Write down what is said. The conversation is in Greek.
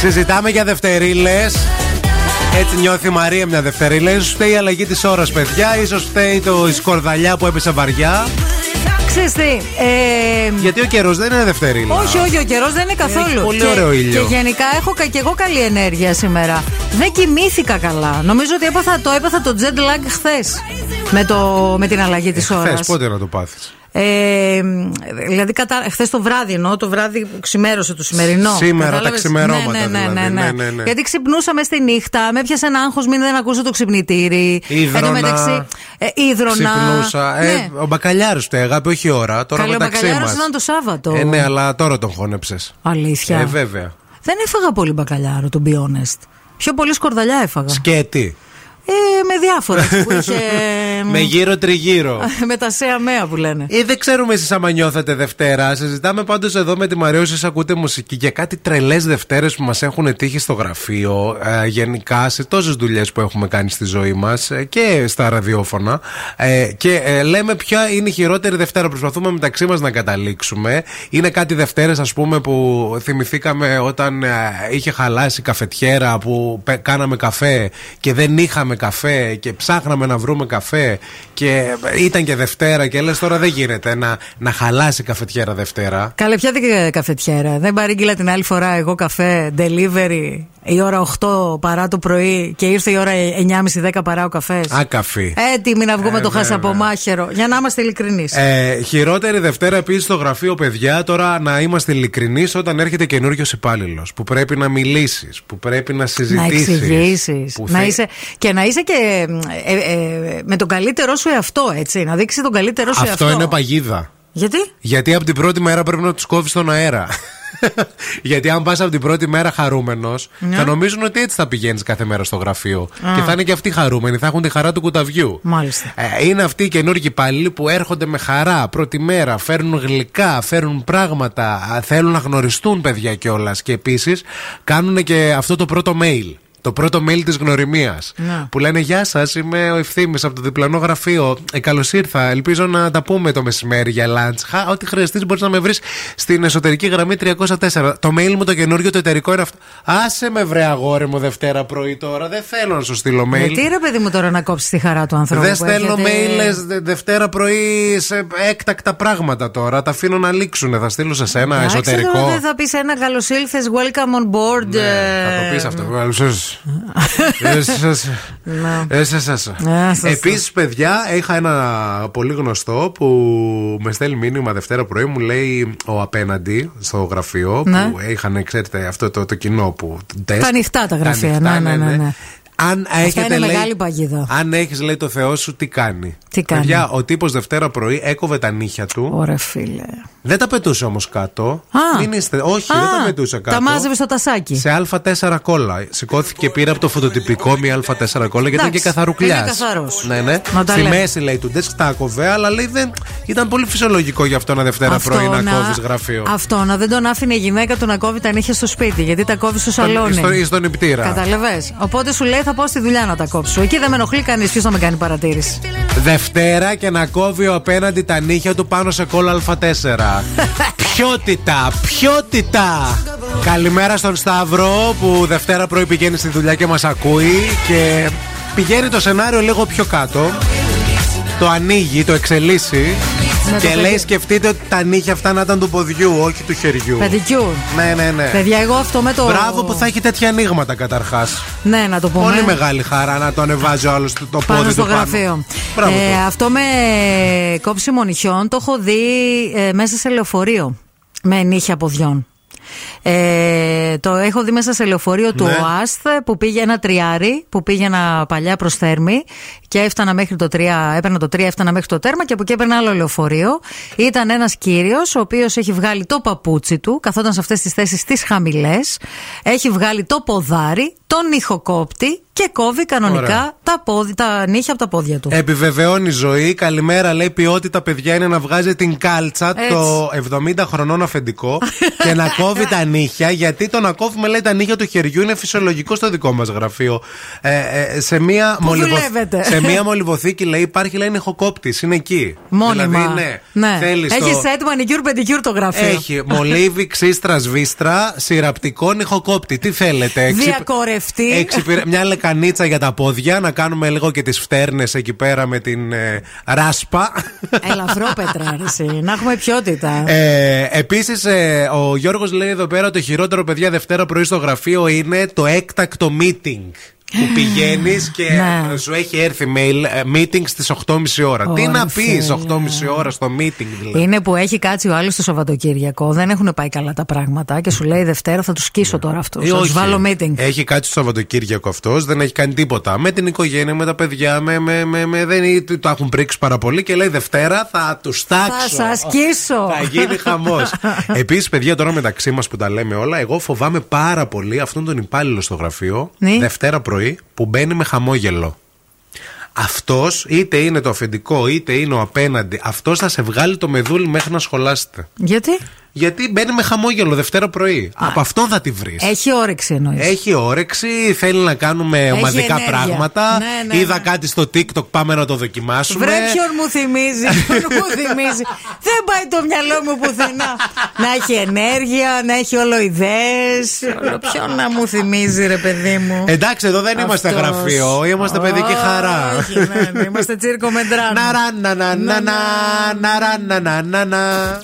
Συζητάμε για δευτερίλες. Έτσι νιώθει η Μαρία μια δευτερίλα. σω φταίει η αλλαγή της ώρας, παιδιά. σω φταίει το η σκορδαλιά που έπεσε βαριά. Ξέρεις τι, ε, Γιατί ο καιρός δεν είναι δευτερίλα. όχι, όχι, ο καιρός δεν είναι καθόλου. πολύ Και- ωραίο ήλιο. Και γενικά έχω κα- και εγώ καλή ενέργεια σήμερα. Δεν κοιμήθηκα καλά. Νομίζω ότι έπαθα το, έπαθα το jet lag χθες. Με, το, με την αλλαγή της ώρα. Ε, Χθες, πότε να το πάθεις. Ε, μ, δηλαδή, κατά, χθες το βράδυ εννοώ, το βράδυ ξημέρωσε το σημερινό. Σήμερα τα Κατάλαβες? ξημερώματα ναι, ναι, ναι, δηλαδή. ναι, ναι. Ναι, ναι, ναι. Γιατί ξυπνούσα μες στη νύχτα, με έπιασε ένα άγχος, μην δεν ακούσω το ξυπνητήρι. Ίδρωνα. Εν τω μεταξύ, ε, ίδρωνα. Ξυπνούσα. Ναι. Ε, ο μπακαλιάρο φταίει, αγάπη, όχι η ώρα. Τώρα Καλό μεταξύ μπακαλιάρος μας. ήταν το Σάββατο. Ε, ναι, αλλά τώρα τον χώνεψες. Αλήθεια. Ε, βέβαια. Δεν έφαγα πολύ μπακαλιάρο, to be honest. Πιο πολύ σκορδαλιά έφαγα. Σκέτη. Ε, με διάφορα που είχε. Ε, Με γύρω τριγύρω. με τα σε αμαία που λένε. Ε, δεν ξέρουμε εσείς άμα νιώθετε Δευτέρα. Συζητάμε πάντως εδώ με τη Μαρία, εσεί ακούτε μουσική για κάτι τρελές Δευτέρες που μας έχουν τύχει στο γραφείο, ε, γενικά σε τόσες δουλειές που έχουμε κάνει στη ζωή μας και στα ραδιόφωνα. Ε, και ε, λέμε ποια είναι η χειρότερη Δευτέρα. Προσπαθούμε μεταξύ μας να καταλήξουμε. Είναι κάτι Δευτέρες, ας πούμε, που θυμηθήκαμε όταν ε, είχε χαλάσει η καφετιέρα που πε- κάναμε καφέ και δεν είχαμε καφέ και ψάχναμε να βρούμε καφέ και ε, ήταν και Δευτέρα και λες τώρα δεν γίνεται να, να χαλάσει η καφετιέρα Δευτέρα. Καλέ, πια την καφετιέρα. Δεν παρήγγειλα την άλλη φορά εγώ καφέ delivery η ώρα 8 παρά το πρωί και ήρθε η ώρα 9.30-10 παρά ο καφές. Άκαφη. Έτοιμοι να βγούμε Ε, το βέβαια. χασαπομάχαιρο. Για να είμαστε ειλικρινείς. Ε, χειρότερη Δευτέρα επίσης στο γραφείο, παιδιά. Τώρα να είμαστε ειλικρινείς όταν έρχεται καινούριος υπάλληλος που πρέπει να μιλήσεις, που πρέπει να να συζητήσει. εξηγήσει. Να είσαι, και να είσαι και ε, ε, με τον καλύτερό σου εαυτό, έτσι. Να δείξεις τον καλύτερό σου εαυτό. Αυτό είναι παγίδα. Γιατί? Γιατί από την πρώτη μέρα πρέπει να τους κόβεις τον αέρα. Γιατί αν πας από την πρώτη μέρα χαρούμενος, θα νομίζουν ότι έτσι θα πηγαίνεις κάθε μέρα στο γραφείο. Και θα είναι και αυτοί χαρούμενοι, θα έχουν τη χαρά του κουταβιού. Μάλιστα. Ε, είναι αυτοί οι καινούργοι υπάλληλοι που έρχονται με χαρά πρώτη μέρα, φέρνουν γλυκά, φέρνουν πράγματα, α, θέλουν να γνωριστούν παιδιά κιόλας. Και επίσης κάνουν και αυτό το πρώτο mail. Το πρώτο mail της γνωριμίας. Ναι. Που λένε Γεια σας, είμαι ο Ευθύνη από το διπλανό γραφείο. Ε, Καλώς ήρθα. Ελπίζω να τα πούμε το μεσημέρι για lunch. Χα, ό,τι χρειαστείς μπορείς να με βρεις στην εσωτερική γραμμή 304. Το mail μου το καινούριο, το εταιρικό είναι αυτό. Άσε με βρε αγόρι μου Δευτέρα πρωί τώρα. Δεν θέλω να σου στείλω mail. Γιατί ρε παιδί μου τώρα να κόψεις τη χαρά του ανθρώπου. Δεν που στέλνω έρχεται. mail δε- Δευτέρα πρωί σε έκτακτα πράγματα τώρα. Τα αφήνω να λήξουν. Θα στείλω σε σένα Εντάξει, εσωτερικό. τώρα Δεν θα πεις ένα καλώ ήλθε, welcome on board. ε, Ναι, θα το πεις αυτό. Καλώς ήρθες. Ναι. Ε, σε, σε, σε. Ε, σε, σε. Επίσης παιδιά είχα ένα πολύ γνωστό Που με στέλνει μήνυμα Δευτέρα πρωί Μου λέει ο απέναντι στο γραφείο Ναι. Που είχαν ξέρετε αυτό το, το κοινό που τεστ. Τα ανοιχτά τα γραφεία, ναι, ναι, ναι, ναι. Αν έχετε, είναι λέει, μεγάλη παγίδα. Αν έχεις, λέει το Θεό σου, τι κάνει. Τι κάνει. Παιδιά, ο τύπος Δευτέρα πρωί έκοβε τα νύχια του. Ωραία, φίλε. Δεν τα πετούσε όμως κάτω. Α. Μην είστε. Όχι, δεν τα Α, πετούσε κάτω. Τα μάζευε στο τασάκι. Σε Α4 κόλλα. Σηκώθηκε και πήρε από το φωτοτυπικό μία Α4 κόλλα γιατί ήταν και Εντάξει, καθαρουκλιάς. είναι καθαρός. Ναι, ναι. Να τα Στη λέμε. μέση λέει του desk τα κοβέ, αλλά λέει δεν. Ήταν πολύ φυσιολογικό για αυτό ένα Δευτέρα πρωί να, κόβεις γραφείο. Αυτό να δεν τον άφηνε η γυναίκα του να κόβει τα νύχια στο σπίτι, γιατί τα κόβει στο Στον- σαλόνι. στον- Στον υπτήρα. Καταλαβες. Οπότε σου λέει θα πάω στη δουλειά να τα κόψω. Εκεί δεν με ενοχλεί κανείς. Ποιος θα με κάνει παρατήρηση. Δευτέρα και να κόβει ο απέναντι τα νύχια του πάνω σε κόλλο Α4. ποιότητα, ποιότητα! Καλημέρα στον Σταύρο που Δευτέρα πρωί πηγαίνει στη δουλειά και μας ακούει και πηγαίνει το σενάριο λίγο πιο κάτω. Το ανοίγει, το εξελίσσει Ναι, και το λέει παιδί- σκεφτείτε ότι τα νύχια αυτά να ήταν του ποδιού, όχι του χεριού. Παιδικιού. Ναι, ναι, ναι. Παιδιά, εγώ αυτό με το. Μπράβο που θα έχει τέτοια ανοίγματα καταρχάς. Ναι, να το πούμε. Πολύ μεγάλη χαρά να το ανεβάζει ο άλλος το, το Πάνω πόδι στο του πάνω. γραφείο. Μπράβο Ε, του. αυτό με κόψιμο νυχιών το έχω δει ε, μέσα σε λεωφορείο. Με νύχια ποδιών. Ε, το έχω δει μέσα σε λεωφορείο του Ναι. ΟΑΣΤ που πήγε ένα τριάρι που πήγαινα παλιά προ Θέρμη και έφτανα μέχρι το 3, έπαιρνα το 3, έφτανα μέχρι το τέρμα και από εκεί έπαιρνα άλλο λεωφορείο. Ήταν ένας κύριος ο οποίος έχει βγάλει το παπούτσι του, καθόταν σε αυτές τις θέσεις τις χαμηλές, έχει βγάλει το ποδάρι, τον ηχοκόπτη και κόβει κανονικά τα, πόδι, τα νύχια από τα πόδια Ε, του. Επιβεβαιώνει η ζωή. Καλημέρα, λέει ποιότητα, παιδιά, είναι να βγάζει την κάλτσα Έτσι. το 70 χρονών αφεντικό και να κόβει τα νύχια. Γιατί το να κόβουμε, λέει, τα νύχια του χεριού είναι φυσιολογικό στο δικό μας γραφείο. Ε, ε, σε, μία δουλεύετε. σε μία μολυβοθήκη, λέει, υπάρχει, λέει, νυχοκόπτης. Είναι εκεί. Μόνιμα. Δηλαδή, ναι. Θέλεις Έχει το- set manicure pedicure το γραφείο. Έχει μολύβι, ξύστρα, σβίστρα, σειραπτικό, νυχοκόπτη. Τι θέλετε, εξυπ- Διακορευτή. εξυπηρε- Μια λεκανίτσα για τα πόδια, να κάνουμε λίγο και τις φτέρνες εκεί πέρα με την ε, ράσπα. Ελαφρό πετράρεση. Να έχουμε ποιότητα. Ε, Επίσης, ο Γιώργος λέει εδώ πέρα το χειρότερο, παιδιά, Δευτέρα πρωί στο γραφείο είναι το έκτακτο meeting. Που πηγαίνεις και Ναι. σου έχει έρθει mail ε, meeting στις 8.30 ώρα. Τι να Ωραία. πει 8.30 ώρα στο meeting, δηλαδή. Είναι που έχει κάτσει ο άλλος το Σαββατοκύριακο. Δεν έχουν πάει καλά τα πράγματα και σου λέει Δευτέρα θα τους σκίσω τώρα αυτούς. Ε, Θα τους όχι. βάλω meeting. Έχει κάτι το Σαββατοκύριακο αυτός, δεν έχει κάνει τίποτα. Με την οικογένεια, με τα παιδιά, με, με, με, με- δεν το το έχουν πρίξει πάρα πολύ και λέει Δευτέρα θα τους Θα τάξω. σας σκίσω. Θα γίνει χαμός. Επίσης, παιδιά, τώρα μεταξύ μας που τα λέμε όλα, εγώ φοβάμαι πάρα πολύ αυτόν τον υπάλληλο στο γραφείο Ναι. Δευτέρα πρωί που μπαίνει με χαμόγελο. Αυτός, είτε είναι το αφεντικό, είτε είναι ο απέναντι, αυτός θα σε βγάλει το μεδούλι μέχρι να σχολάσετε. Γιατί Γιατί μπαίνει με χαμόγελο Δευτέρα πρωί. Από αυτόν θα τη βρεις. έχει όρεξη εννοείς. ε, Έχει όρεξη, θέλει να κάνουμε ομαδικά ενέργεια. πράγματα. Ναι, ναι, Είδα ναι. κάτι στο TikTok, πάμε να το δοκιμάσουμε. Βρε ποιον μου θυμίζει, ποιον μου θυμίζει. Δεν πάει το μυαλό μου πουθενά. να έχει ενέργεια, να έχει όλο ιδέες. Όλο ποιον να μου θυμίζει ρε παιδί μου. Εντάξει, εδώ δεν είμαστε Αυτός. γραφείο, είμαστε παιδική χαρά. Όχι, ναι, ναι, είμαστε τσίρκο μεντράνο. Να να να να να να να να